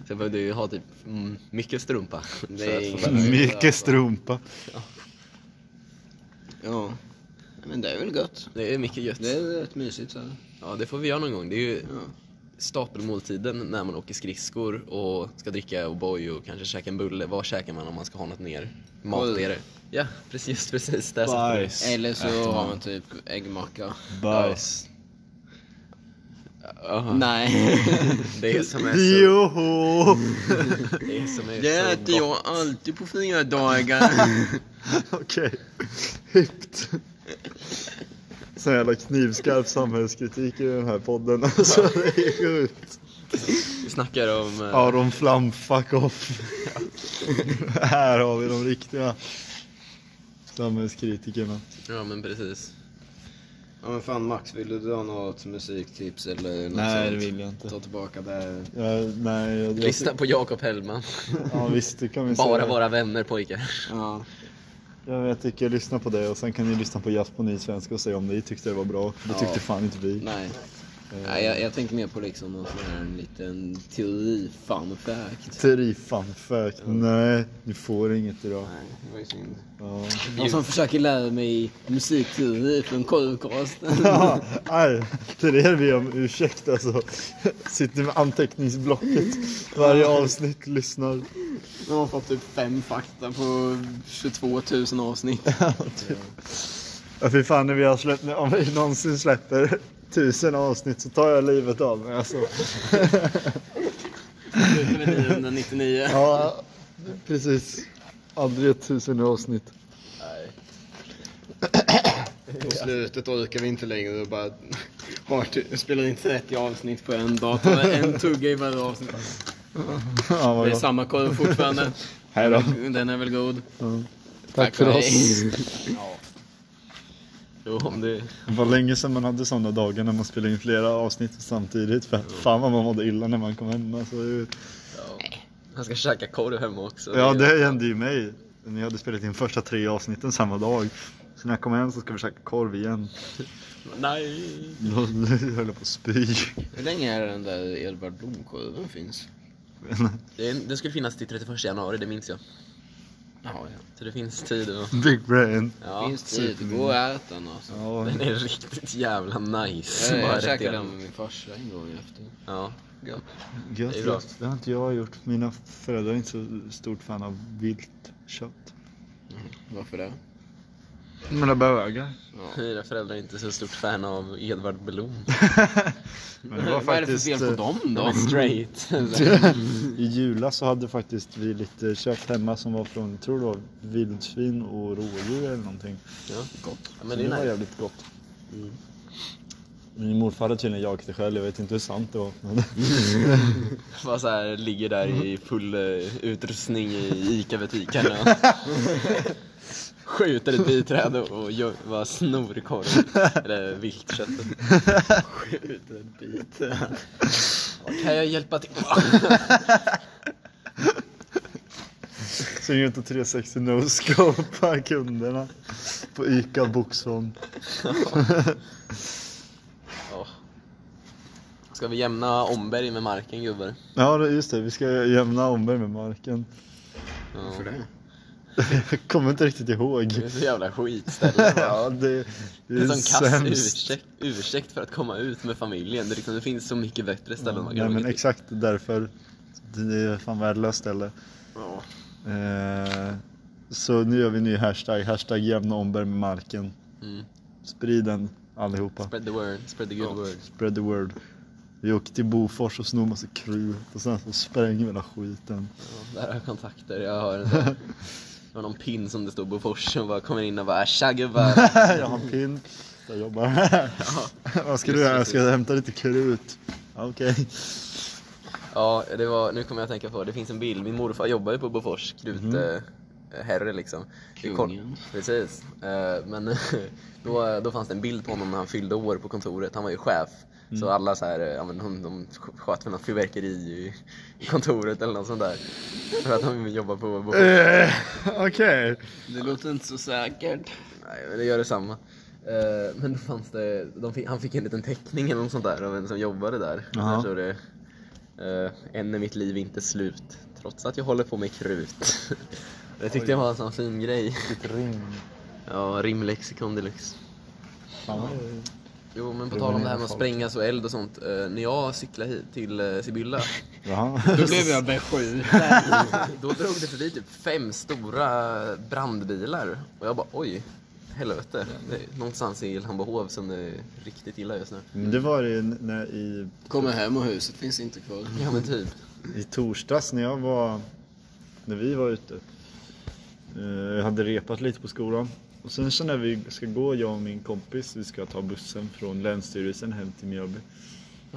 [SPEAKER 4] jag behövde ju ha typ mm, mycket strumpa.
[SPEAKER 5] Mm. Det
[SPEAKER 4] för
[SPEAKER 5] är
[SPEAKER 4] att Mm. få
[SPEAKER 5] ingen-
[SPEAKER 4] bära det.
[SPEAKER 2] Mycket strumpa.
[SPEAKER 5] Ja. Nej, Men det är väl gött.
[SPEAKER 4] Det är mycket gött.
[SPEAKER 5] Det är rätt mysigt så här.
[SPEAKER 4] Ja, det får vi göra någon gång. Det är ju
[SPEAKER 5] Ja.
[SPEAKER 4] stapelmåltiden när man åker skridskor och ska dricka O'boy och kanske käka en bulle. Vad käkar man om man ska ha något mer mat i det? Ja, precis, precis. Där satte du det.
[SPEAKER 2] Bajs.
[SPEAKER 5] Eller
[SPEAKER 2] Äter
[SPEAKER 5] så har man typ äggmacka.
[SPEAKER 2] Bajs.
[SPEAKER 4] Jaha,
[SPEAKER 5] Nej.
[SPEAKER 4] det är som är så...
[SPEAKER 2] Joho!
[SPEAKER 4] Det är som är
[SPEAKER 5] Det
[SPEAKER 4] så
[SPEAKER 5] äter
[SPEAKER 4] gott.
[SPEAKER 5] jag alltid på fina dagar.
[SPEAKER 2] Okej. Hippt. Sån jävla knivskarp samhällskritik i den här podden. Alltså det är sjukt.
[SPEAKER 4] Vi snackar om... eh,
[SPEAKER 2] Aron Flam, fuck off. här har vi de riktiga samhällskritikerna.
[SPEAKER 4] Ja, men precis.
[SPEAKER 3] ja men fan Max, vill du dra något musiktips eller något
[SPEAKER 2] Nej,
[SPEAKER 3] sånt?
[SPEAKER 2] det vill jag inte.
[SPEAKER 3] Ta tillbaka det.
[SPEAKER 2] Jag, nej, jag,
[SPEAKER 4] Lyssna på Jakob Hellman.
[SPEAKER 2] Ja visst, det kan vi säga.
[SPEAKER 4] Bara våra vänner pojkar.
[SPEAKER 3] Ja.
[SPEAKER 2] Ja, jag tycker lyssna på det och sen kan ni lyssna på Jazz på ny svenska och säga om ni tyckte det var bra. Det tyckte
[SPEAKER 5] Ja.
[SPEAKER 2] fan inte vi.
[SPEAKER 5] Nej.
[SPEAKER 2] Eh,
[SPEAKER 5] Nej, jag, jag tänker mer på liksom någon sån här liten teori-fun fact.
[SPEAKER 2] Teori fun fact. Nej, ni får inget idag.
[SPEAKER 3] Nej, det var ju synd.
[SPEAKER 2] Ja.
[SPEAKER 5] Någon som försöker lära mig musikteori från korvkasten.
[SPEAKER 2] Ja, Ah, aj, till er vi om ursäkt alltså. Sitter med anteckningsblocket varje avsnitt, lyssnar.
[SPEAKER 5] De har fått typ fem fakta på 22 000 avsnitt.
[SPEAKER 2] Ja, fy fan, när vi har släppt, om vi någonsin släpper tusen avsnitt så tar jag livet av mig alltså.
[SPEAKER 5] 999.
[SPEAKER 2] Ja, precis. Aldrig ett tusen avsnitt.
[SPEAKER 3] På slutet orkar vi inte längre och bara...
[SPEAKER 5] Har ty- spelar in 30 avsnitt på en dag. Tar en tugga i varje avsnitt.
[SPEAKER 2] Ja,
[SPEAKER 5] Det
[SPEAKER 2] vad
[SPEAKER 5] är
[SPEAKER 2] bra.
[SPEAKER 5] samma korv fortfarande.
[SPEAKER 2] Hej då.
[SPEAKER 5] Den är väl god.
[SPEAKER 2] Tack för oss.
[SPEAKER 5] hej.
[SPEAKER 4] Jo, om det...
[SPEAKER 2] Det var länge sedan man hade sådana dagar när man spelade in flera avsnitt samtidigt. För att fan vad man mådde illa när man kom hem. Alltså, det-
[SPEAKER 4] Han ska käka korv hemma också.
[SPEAKER 5] Alltså,
[SPEAKER 2] ja, det hände ju mig. Ni hade spelat in första tre avsnitten samma dag. Så när jag kom hem så ska vi käka korv igen.
[SPEAKER 4] Nej!
[SPEAKER 2] Då nu höll jag på att spy.
[SPEAKER 5] Hur länge är det den där Edvard Blom-korven finns?
[SPEAKER 4] Det, det skulle finnas till 31 januari, det minns jag.
[SPEAKER 5] Jaha, ja.
[SPEAKER 4] Så det finns tid och...
[SPEAKER 2] Big brain.
[SPEAKER 4] Ja,
[SPEAKER 5] finns tid. Gå och ät den alltså.
[SPEAKER 2] Ja,
[SPEAKER 4] den är riktigt jävla nice.
[SPEAKER 5] Jag,
[SPEAKER 4] Bara
[SPEAKER 5] jag
[SPEAKER 4] rätt
[SPEAKER 5] käkade den
[SPEAKER 4] igenom.
[SPEAKER 5] med min farsa en gång efter.
[SPEAKER 4] Ja.
[SPEAKER 2] gött,
[SPEAKER 4] det är bra.
[SPEAKER 2] gött. Det har inte jag gjort. Mina föräldrar är inte så stort fan av vilt kött.
[SPEAKER 5] Varför det?
[SPEAKER 2] Mina bögar.
[SPEAKER 4] Mina föräldrar är inte så stort fan av Edvard Blom.
[SPEAKER 2] Men det var
[SPEAKER 5] Vad är det för fel på
[SPEAKER 2] eh,
[SPEAKER 5] dem
[SPEAKER 4] De är
[SPEAKER 5] då?
[SPEAKER 4] straight.
[SPEAKER 2] I julas så hade faktiskt vi lite kött hemma som var från, jag tror det var vildsvin och rådjur eller någonting.
[SPEAKER 4] Ja, gott. Ja, men
[SPEAKER 2] Så var
[SPEAKER 4] det är nice. Mm.
[SPEAKER 2] jävligt gott. Min morfar hade tydligen jagat det själv, jag vet inte hur sant det var. Men
[SPEAKER 4] Bara så här, ligger där
[SPEAKER 2] Mm.
[SPEAKER 4] i full eh, utrustning i ICA-butiken och skjuter ett biträde och gör, bara snor korv. Eller viltköttet.
[SPEAKER 5] Skjuter en bit.
[SPEAKER 4] Kan jag hjälpa till?
[SPEAKER 2] så det är ju inte 360 no-scope kunderna på ICA Boxholm.
[SPEAKER 4] Ja. Ska vi jämna Omberg med marken gubbar?
[SPEAKER 2] Ja det- just det, vi ska jämna omberg med marken.
[SPEAKER 4] Ja.
[SPEAKER 3] det?
[SPEAKER 2] Jag kommer inte riktigt ihåg.
[SPEAKER 4] Det är så jävla skitställe.
[SPEAKER 2] Ja, det, det
[SPEAKER 4] Det är
[SPEAKER 2] är
[SPEAKER 4] en sån kass
[SPEAKER 2] sämst.
[SPEAKER 4] ursäkt, ursäkt för att komma ut med familjen. Det, är liksom, det finns så mycket bättre ställen man
[SPEAKER 2] Nej
[SPEAKER 4] kan
[SPEAKER 2] men
[SPEAKER 4] åka till.
[SPEAKER 2] exakt därför. Det är fan värdelöst ställe.
[SPEAKER 4] Ja.
[SPEAKER 2] Eh, så nu gör vi en ny hashtag. Hashtag jämna omberg med marken.
[SPEAKER 4] Mm.
[SPEAKER 2] Sprid den allihopa.
[SPEAKER 4] Spread the word, spread the good word.
[SPEAKER 2] Spread the word. Vi åker till Bofors och snor massa krut och sen så spränger vi hela skiten.
[SPEAKER 4] Ja, där har jag kontakter, jag har en sån här- jag har någon pin som det stod på forsen och bara kommer in och bara tja gubbar.
[SPEAKER 2] jag har en pin. Jag jobbar här. Vad ska du göra? Jag ska hämta lite krut. Ja, Okej.
[SPEAKER 4] Ja, det var, nu kommer jag att tänka på, det finns en bild, min morfar jobbar ju på Bofors krutherre eh, herre liksom. Det är kort-
[SPEAKER 5] Kungen.
[SPEAKER 4] Precis. Eh, Men då, då fanns det en bild på honom när han fyllde år på kontoret, han var ju chef. Så alla så här, eh, ja, men de, de sköt väl något fyrverkeri i, i kontoret eller något sånt där. För att de jobbar på Bofors.
[SPEAKER 2] Eh, Okej.
[SPEAKER 5] Det låter inte så säkert.
[SPEAKER 4] Nej, men det gör detsamma. Eh, men då fanns det, de fick, han fick en liten teckning eller något sånt där av en som jobbade där. Och
[SPEAKER 2] Jaha.
[SPEAKER 4] Sen stod det eh, Än är mitt liv inte slut, trots att jag håller på med krut. det tyckte jag var en sån fin grej.
[SPEAKER 2] Ditt rim.
[SPEAKER 4] Ja, rimlexikon deluxe.
[SPEAKER 2] Fan, vad-
[SPEAKER 4] Jo, men på
[SPEAKER 2] Det
[SPEAKER 4] tal
[SPEAKER 2] var
[SPEAKER 4] om det här med att
[SPEAKER 2] folk.
[SPEAKER 4] sprängas och eld och sånt. eh, när jag cyklade hit till eh, Sibylla,
[SPEAKER 2] Jaha.
[SPEAKER 5] Då blev jag beskjuten.
[SPEAKER 4] då drog det förbi typ fem stora brandbilar. Och jag bara oj, helvete. Det är någonstans i Lambohov som det är riktigt illa just nu.
[SPEAKER 2] Men Det var det ju när, i,
[SPEAKER 5] Kommer hem och huset finns inte kvar.
[SPEAKER 4] Ja men typ.
[SPEAKER 2] i torsdags när jag var, när vi var ute. Eh, Jag hade repat lite på skolan. Och sen så när vi ska gå, jag och min kompis, vi ska ta bussen från Länsstyrelsen hem till Mjölby.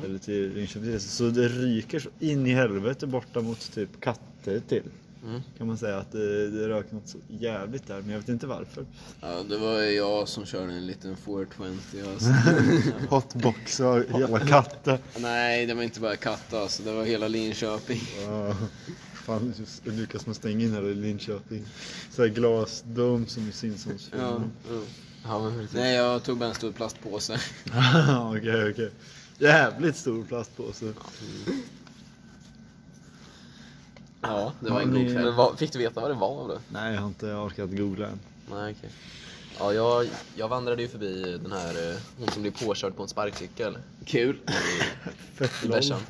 [SPEAKER 2] Eller till Linköping. Så det ryker så in i helvete borta mot typ katter till.
[SPEAKER 4] Mm.
[SPEAKER 2] Kan man säga att det, det rök något så jävligt där, men jag vet inte varför.
[SPEAKER 5] Ja, det var jag som körde en liten 420 alltså.
[SPEAKER 2] Hotbox och jävla katter.
[SPEAKER 5] Nej, det var inte bara katt alltså. Det var hela Linköping.
[SPEAKER 2] Ja, Fan, just Lukas måste stänga in här i Linköping. Så här glasdom som i Simpsons
[SPEAKER 5] Ja,
[SPEAKER 2] film.
[SPEAKER 3] Mm.
[SPEAKER 5] ja.
[SPEAKER 4] Ja men precis.
[SPEAKER 5] Nej, jag tog bara en stor plastpåse.
[SPEAKER 2] Okej, okej. Jävligt stor plastpåse.
[SPEAKER 4] Ja, det var en
[SPEAKER 2] Men-
[SPEAKER 4] god kväll. Men vad, fick du veta vad det var då?
[SPEAKER 2] Nej, jag har inte orkat googla än.
[SPEAKER 4] Nej okej. Ja jag, jag vandrade ju förbi den här, eh, hon som blev påkörd på en sparkcykel
[SPEAKER 5] Kul.
[SPEAKER 2] Fett
[SPEAKER 4] i
[SPEAKER 2] lång.
[SPEAKER 4] Bersan.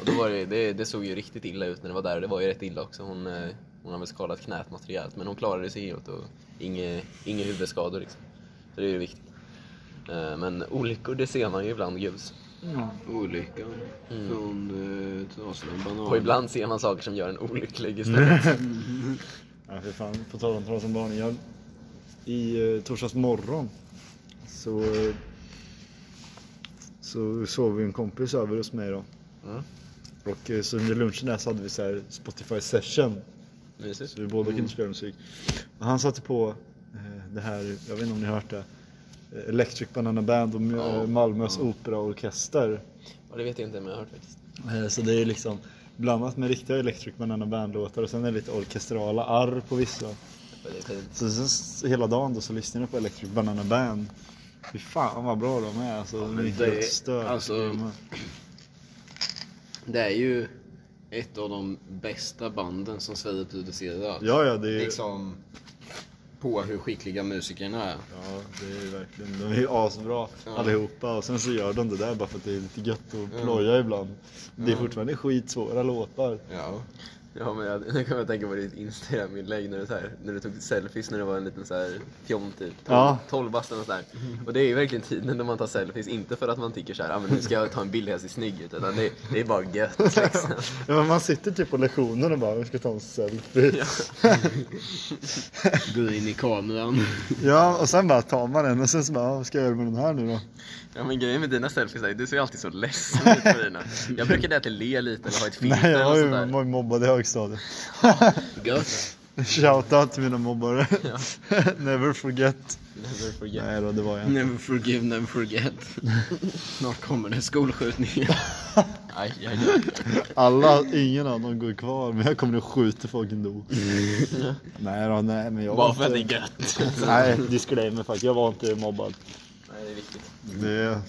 [SPEAKER 4] Och då var det, det, det såg ju riktigt illa ut när det var där. Det var ju rätt illa också. Hon, eh, hon har väl skadat knät något rejält men hon klarade sig inåt och inga, inga huvudskador liksom. Så det är ju viktigt. Eh, Men olyckor det ser man ju ibland gus.
[SPEAKER 5] Olyckan från eh, Traslan Banan.
[SPEAKER 4] Och ibland ser man saker som gör en olycklig istället.
[SPEAKER 2] Ja, för fan. På tal om Trasan barn. Jag, I eh, torsdags morgon så, eh, så sov ju en kompis över hos mig då.
[SPEAKER 4] Mm.
[SPEAKER 2] Och eh, så under lunchen där så hade vi så här Spotify session.
[SPEAKER 4] Mysigt.
[SPEAKER 2] Så vi båda kunde spela musik. Och han satte på eh, det här, jag vet inte om ni har hört det. eh, Electric Banana Band och eh,
[SPEAKER 4] Ja.
[SPEAKER 2] Malmös operaorkester.
[SPEAKER 4] Och det vet jag inte men jag har hört faktiskt.
[SPEAKER 2] Eh, Så det är liksom blandat med riktiga Electric Banana Band-låtar och sen är det lite orkestrala arr på vissa.
[SPEAKER 4] Och det är fint.
[SPEAKER 2] Så sen s- hela dagen då så lyssnade jag på Electric Banana Band. Fy fan vad bra de är alltså. de är
[SPEAKER 5] men
[SPEAKER 2] helt
[SPEAKER 5] det-
[SPEAKER 2] stört.
[SPEAKER 5] alltså-
[SPEAKER 2] grymma.
[SPEAKER 5] Det är ju ett av de bästa banden som Sverige producerar.
[SPEAKER 2] Ja, ja, det är,
[SPEAKER 5] Liksom på hur skickliga musikerna är.
[SPEAKER 2] ja, det är verkligen. De är ju asbra
[SPEAKER 5] Ja.
[SPEAKER 2] allihopa och sen så gör de det där bara för att det är lite gött att ploja ibland. Det är fortfarande skitsvåra låtar.
[SPEAKER 5] Ja.
[SPEAKER 4] Ja men jag, nu kommer jag tänka på ditt Instagram-inlägg när, du så här- när du tog selfies när det var en liten så här fjom typ, 12
[SPEAKER 2] Ja.
[SPEAKER 4] 12 bast eller sådär. Och det är ju verkligen tiden när man tar selfies, inte för att man tycker såhär, ah, men nu ska jag ta en bild här jag ser snygg ut, utan det, det är bara gött liksom.
[SPEAKER 2] Ja, men man sitter typ på lektionen och bara, vi ska ta en selfie. Ja.
[SPEAKER 5] Gå in i kameran.
[SPEAKER 2] och sen bara tar man den och sen så bara, "Ja, vad ska jag göra med den här nu då?
[SPEAKER 4] Ja men grejen med dina selfies är du ser ju alltid så ledsen ut på dina. Jag brukar därtill le lite eller ha ett filter
[SPEAKER 2] Nej, jag var
[SPEAKER 4] och
[SPEAKER 2] ju
[SPEAKER 4] sådär.
[SPEAKER 2] var ju mobbad i högstadiet.
[SPEAKER 5] Gött.
[SPEAKER 2] Shoutout till mina mobbare. Never forget.
[SPEAKER 4] Never forget.
[SPEAKER 2] Nej då, det var jag inte.
[SPEAKER 5] Never forgive, never forget. Snart kommer det skolskjutningar.
[SPEAKER 4] Aj, aj, aj.
[SPEAKER 2] Alla, ingen av dem går kvar, men jag kommer att skjuta folk
[SPEAKER 4] Mm.
[SPEAKER 2] ändå. Nej då, nej men jag var
[SPEAKER 5] Bara för att det
[SPEAKER 2] inte-
[SPEAKER 5] är gött.
[SPEAKER 2] Nej, disclaimer faktiskt. Jag var inte mobbad.
[SPEAKER 4] Nej det är viktigt.
[SPEAKER 2] Det...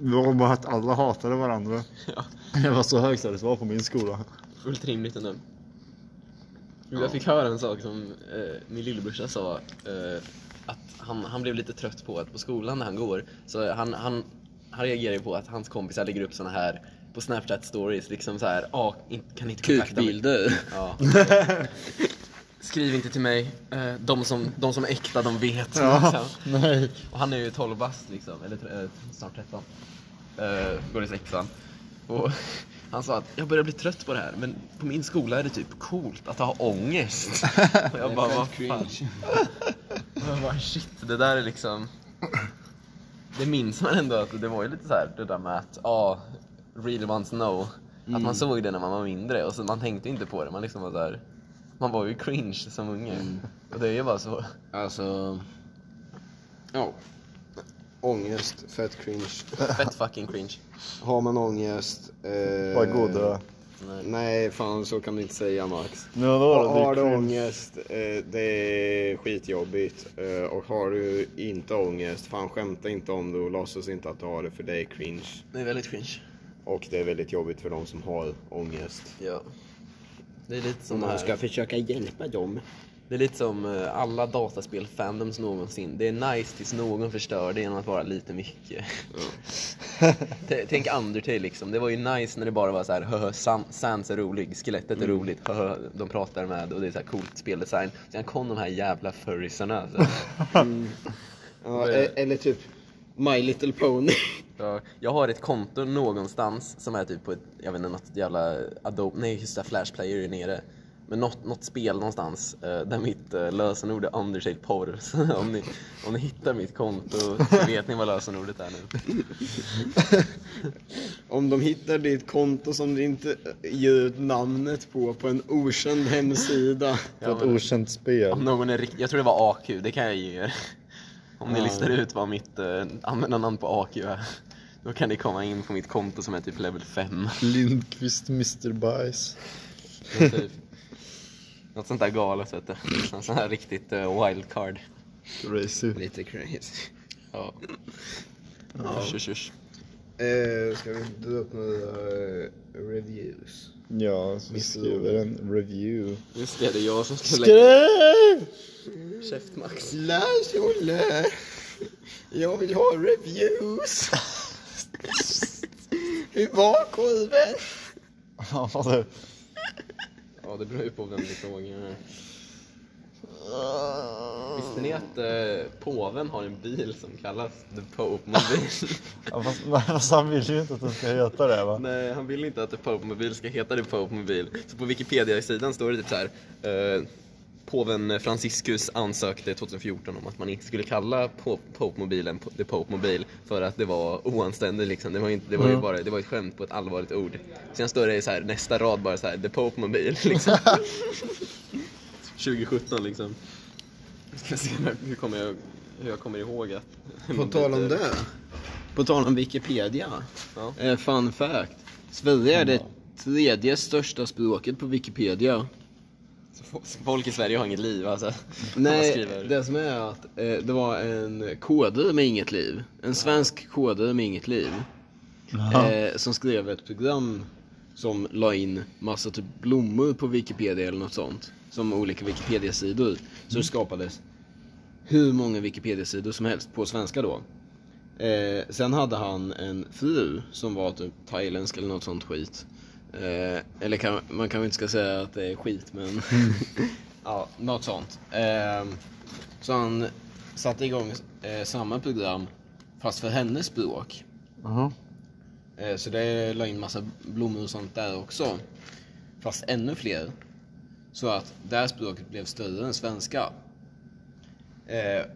[SPEAKER 2] Det var bara att alla hatade varandra.
[SPEAKER 4] Ja.
[SPEAKER 2] Jag var så högstadiet var på min skola.
[SPEAKER 4] Fullt rimligt ändå. Jo, Jag fick höra en sak som eh, min lillebrorsa sa. Eh, att han, han blev lite trött på att på skolan när han går, så han, han, han reagerar ju på att hans kompisar lägger upp såna här på Snapchat stories, liksom så här, ah, in, kan inte kontakta mig.
[SPEAKER 5] Kukbilder.
[SPEAKER 4] Ja. Skriv inte till mig, eh, de, som, de som är äkta de vet. Liksom.
[SPEAKER 2] nej.
[SPEAKER 4] Och han är ju 12 bast liksom, eller tre- eh, snart 13. eh, går i sexan. Och han sa att jag börjar bli trött på det här, men på min skola är det typ coolt att ha ångest. Och jag bara, vad fan. Och jag bara, shit, det där är liksom... Det minns man ändå att det var ju lite så här det där med att, ja, real ones know. Att man såg det när man var mindre och så man tänkte inte på det, man liksom var så här... Man var ju cringe som unge. Och det är ju bara så.
[SPEAKER 3] Alltså... Ja. Ångest, fett cringe.
[SPEAKER 4] Fett fucking cringe.
[SPEAKER 3] Har man ångest... Eh...
[SPEAKER 2] Bara gå och dö.
[SPEAKER 3] Nej, fan så kan du inte säga Max.
[SPEAKER 2] Men vadå då? Det är
[SPEAKER 3] har du
[SPEAKER 2] cringe.
[SPEAKER 3] ångest, eh, det är skitjobbigt. Eh, och har du inte ångest, fan skämta inte om det och låtsas inte att du har det för det är cringe.
[SPEAKER 4] Det är väldigt cringe.
[SPEAKER 3] Och det är väldigt jobbigt för de som har ångest.
[SPEAKER 4] Ja. Det är lite som,
[SPEAKER 3] Om man
[SPEAKER 4] här-
[SPEAKER 3] ska försöka hjälpa dem.
[SPEAKER 4] det är lite som eh, alla dataspel-fandoms någonsin. Det är nice tills någon förstör det genom att vara lite mycket. T- Tänk Undertale liksom. Det var ju nice när det bara var så här höhö, Sam- Sans är rolig, skelettet
[SPEAKER 3] Mm.
[SPEAKER 4] är roligt, höhö, de pratar med och det är så här coolt speldesign. Sen kom de här jävla furriesarna alltså. Mm.
[SPEAKER 3] Ja, e- eller typ My Little Pony.
[SPEAKER 4] Ja, Jag har ett konto någonstans som är typ på ett, jag vet inte, något jävla Adobe, nej just det, Flash Player är nere. Men något, något spel någonstans eh, där mitt eh, lösenord är Undertale porr. Så om ni, om ni hittar mitt konto så vet ni vad lösenordet är nu.
[SPEAKER 3] Om de hittar ditt konto som du inte ger ut namnet på, på en okänd hemsida.
[SPEAKER 2] På ett okänt spel.
[SPEAKER 4] Om någon är rikt- jag tror det var AQ, det kan jag ge er. Om ni listar ut vad mitt eh, användarnamn på AQ är. Då kan ni komma in på mitt konto som är typ level 5.
[SPEAKER 2] Lindqvist Mr. Bajs.
[SPEAKER 4] typ. Något sånt där galet vet du. Något sånt här riktigt eh, wildcard.
[SPEAKER 2] Racy.
[SPEAKER 3] Lite crazy.
[SPEAKER 4] Ja. Usch, usch.
[SPEAKER 3] Eh, ska vi dra upp några eh, reviews?
[SPEAKER 2] Ja, så vi skriver en review.
[SPEAKER 5] Just det, det är jag som ska lägga...
[SPEAKER 2] Skriv!
[SPEAKER 5] Käft Max.
[SPEAKER 3] Läs Olle! Jag vill ha reviews! Hur var korven?
[SPEAKER 2] Ja, alltså,
[SPEAKER 4] Ja, det beror ju på vem du frågar. Visste ni att eh, påven har en bil som kallas The Pope-mobil?
[SPEAKER 2] ja, fast, men, fast han vill ju inte att den ska heta det va?
[SPEAKER 4] Nej, han vill inte att The Pope-mobil ska heta The Pope-mobil. Så på Wikipedia-sidan står det typ så här. Eh, påven Franciscus ansökte 2014 om att man inte skulle kalla Po- Pope-mobilen The Pope-mobil för att det var oanständigt liksom. Det var, inte, det var ju bara det var ett skämt på ett allvarligt ord. Sen står det så här nästa rad bara så här The Pope-mobil liksom. 2017 liksom. Ska se om jag- hur kommer jag, hur jag kommer ihåg att...
[SPEAKER 3] På tal om det. På tal om Wikipedia.
[SPEAKER 4] Ja.
[SPEAKER 3] Eh, fun fact. Sverige är det tredje största språket på Wikipedia.
[SPEAKER 4] Folk i Sverige har inget liv alltså. Alla
[SPEAKER 3] Nej,
[SPEAKER 4] skriver-
[SPEAKER 3] det som är att eh, det var en kodare med inget liv. En svensk kodare med inget liv. Eh, som skrev ett program som la in massa typ blommor på Wikipedia eller något sånt. Som olika Wikipedia-sidor. Så det skapades hur många Wikipedia-sidor som helst på svenska då. Eh, sen hade han en fru som var typ thailändsk eller något sånt skit. Eh, eller kan, man kanske inte ska säga att det är skit men... ja, något sånt. Eh, så han satte igång eh, samma program fast för hennes språk.
[SPEAKER 2] Jaha.
[SPEAKER 3] Eh, Så det la in massa blommor och sånt där också. Fast ännu fler. Så att det här språket blev större än svenska. Eh,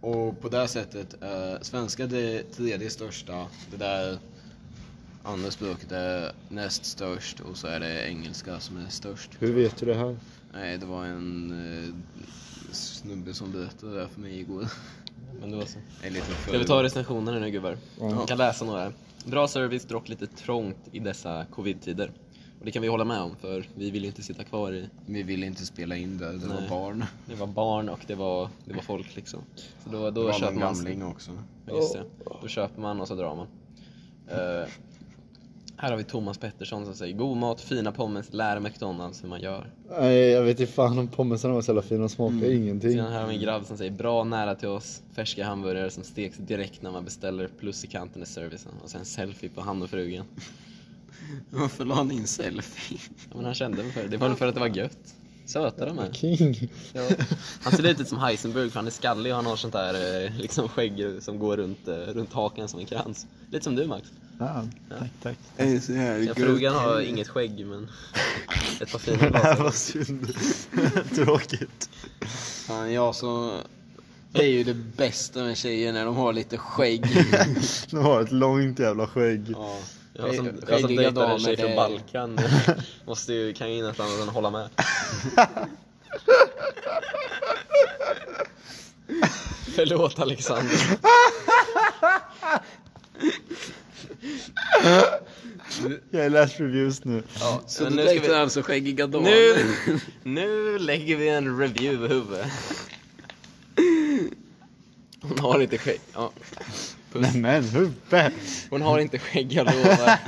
[SPEAKER 3] och på det här sättet är svenska det tredje största. Det där andra språket är näst störst och så är det engelska som är störst.
[SPEAKER 2] Hur vet du det här?
[SPEAKER 3] Nej, det var en eh, snubbe som berättade det här för mig igår.
[SPEAKER 4] Men det var så.
[SPEAKER 3] Eller typ
[SPEAKER 4] Ska vi ta recensionerna nu gubbar?
[SPEAKER 2] Ja.
[SPEAKER 4] Vi kan läsa några. Bra service dock lite trångt i dessa covid-tider. Och det kan vi hålla med om för vi vill ju inte sitta kvar i...
[SPEAKER 3] Vi ville inte spela in det, det
[SPEAKER 4] Nej.
[SPEAKER 3] var barn.
[SPEAKER 4] Det var barn och det var, det var folk liksom. Så då,
[SPEAKER 3] Det
[SPEAKER 4] då
[SPEAKER 3] var
[SPEAKER 4] köper
[SPEAKER 3] någon
[SPEAKER 4] man...
[SPEAKER 3] gamling också.
[SPEAKER 4] Ja, Just det. Då köper man och så drar man. Eh, här har vi Thomas Pettersson som säger God mat, fina pommes, lär McDonalds hur man gör.
[SPEAKER 2] Nej, jag vet inte fan om pommesen var så jävla fin, de smakar ingenting.
[SPEAKER 4] Sen här har vi en grabb som säger bra nära till oss, färska hamburgare som steks direkt när man beställer plus i kanten är servicen. Och sen selfie på han och frugan.
[SPEAKER 3] Varför la han in selfie?
[SPEAKER 4] Ja, men han kände väl för det. Det var väl för att det var gött.
[SPEAKER 5] Sötare med.
[SPEAKER 2] King.
[SPEAKER 5] Ja. Han ser lite ut som Heisenberg för han är skallig och han har sånt där eh, liksom skägg som går runt, eh, runt hakan som en krans. Lite som du Max.
[SPEAKER 2] Ja, tack, tack.
[SPEAKER 5] Ja, frugan har inget skägg men ett par fina glasögon.
[SPEAKER 2] Vad synd. Tråkigt.
[SPEAKER 4] Fan, jag så... Det är ju det bästa med tjejer när de har lite skägg.
[SPEAKER 2] De har ett långt jävla skägg.
[SPEAKER 4] ja.
[SPEAKER 5] Jag som, jag som
[SPEAKER 4] Skäggiga
[SPEAKER 5] dejtade en tjej
[SPEAKER 4] damer,
[SPEAKER 5] från
[SPEAKER 4] det-
[SPEAKER 5] Balkan eh, måste ju, kan ju nästan nästan hålla med. Förlåt Alexander.
[SPEAKER 2] Jag är läst reviews nu.
[SPEAKER 5] Ja,
[SPEAKER 4] Så
[SPEAKER 5] men
[SPEAKER 4] du
[SPEAKER 5] nu ska
[SPEAKER 4] tänkte
[SPEAKER 5] vi-
[SPEAKER 4] alltså skäggiga damer?
[SPEAKER 5] Nu, nu lägger vi en review i huvudet. Hon har inte skägg. Ja.
[SPEAKER 2] Nej men Hubbe!
[SPEAKER 5] Hon har inte skägg, jag lovar.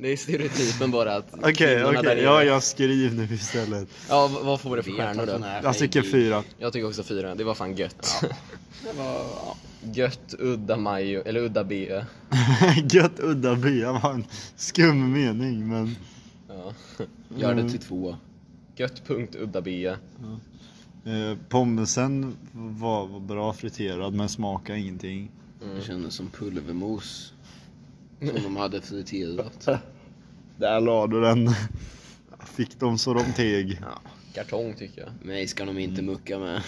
[SPEAKER 5] Det är stereotypen bara att
[SPEAKER 2] Okej,
[SPEAKER 5] kvinnorna där
[SPEAKER 2] okej.
[SPEAKER 5] är-
[SPEAKER 2] Ja, jag skriver nu istället.
[SPEAKER 5] ja, v- vad får det för stjärnor
[SPEAKER 4] Stjärnor
[SPEAKER 5] då?
[SPEAKER 4] då?
[SPEAKER 2] Jag tycker fyra.
[SPEAKER 5] Jag tycker också fyra, det var fan gött. Gött, udda Majo, eller udda B.
[SPEAKER 2] Gött udda bya var en skum mening men...
[SPEAKER 5] Ja.
[SPEAKER 4] Gör det till två.
[SPEAKER 5] Gött punkt udda B.
[SPEAKER 2] Eh, pommesen var, var bra friterad men smakade ingenting.
[SPEAKER 4] Det kändes som pulvermos. Som de hade friterat.
[SPEAKER 2] Där la du den. Fick dem så de teg.
[SPEAKER 5] Kartong tycker jag.
[SPEAKER 4] Mig ska de inte mucka med.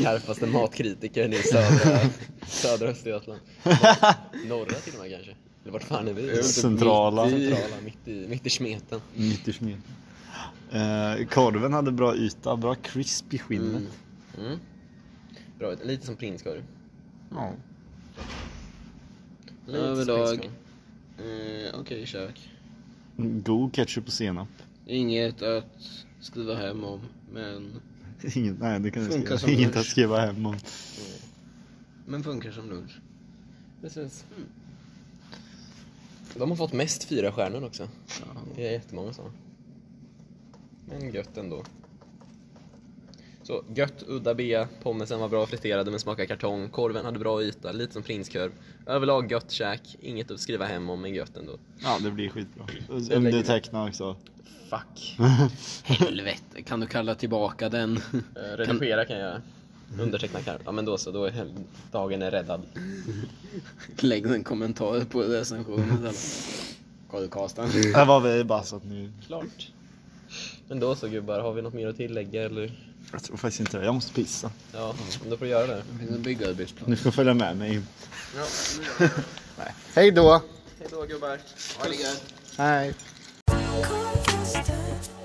[SPEAKER 5] Skarpaste matkritiker i södra, södra Östergötland. Norra till och med kanske. Eller vart fan är vi?
[SPEAKER 2] Centrala.
[SPEAKER 5] Mitt i, centrala, mitt i, mitt i smeten.
[SPEAKER 2] Mitt i smet. Eh, korven hade bra yta, bra crisp i skinnet.
[SPEAKER 5] Mm. Mm. Bra, lite som prinskorv.
[SPEAKER 2] Ja.
[SPEAKER 5] Lite som
[SPEAKER 4] Överlag.
[SPEAKER 5] prinskorv.
[SPEAKER 4] Eh, Okej, kök.
[SPEAKER 2] God ketchup och senap.
[SPEAKER 4] Inget att skriva hem om, men...
[SPEAKER 2] Inget, nej, det kan jag
[SPEAKER 4] Funkar
[SPEAKER 2] skriva.
[SPEAKER 4] som
[SPEAKER 2] Inget
[SPEAKER 4] lunch.
[SPEAKER 2] att skriva hem om.
[SPEAKER 4] Men funkar som lunch.
[SPEAKER 5] Precis. De har fått mest fyra stjärnor också. Det är jättemånga sådana. Men gött ändå. Så gött, udda bea, pommesen var bra friterade men smakade kartong, korven hade bra yta, lite som prinskorv. Överlag gött käk, inget att skriva hem om men gött ändå.
[SPEAKER 2] Ja, det blir skitbra.
[SPEAKER 5] lägger
[SPEAKER 2] Underteckna också.
[SPEAKER 5] Fuck.
[SPEAKER 4] Helvete, kan du kalla tillbaka den?
[SPEAKER 5] Eh, Redigera kan jag underteckna kan Ja men då så, då är hel- dagen är räddad.
[SPEAKER 4] Lägg en kommentar på recensionen eller? Kodkastan.
[SPEAKER 2] Där var vi bara så att ni...
[SPEAKER 5] Klart. Men då så gubbar, har vi något mer att tillägga eller?
[SPEAKER 2] Jag tror faktiskt inte det. Jag måste pissa.
[SPEAKER 5] Ja, då får du göra det.
[SPEAKER 4] Finns en byggarbetsplan.
[SPEAKER 2] Ni får följa med mig. Ja, Hej då!
[SPEAKER 5] Hej då gubbar.
[SPEAKER 4] Ha det gött.
[SPEAKER 2] Hej.
[SPEAKER 6] Cold Coaster.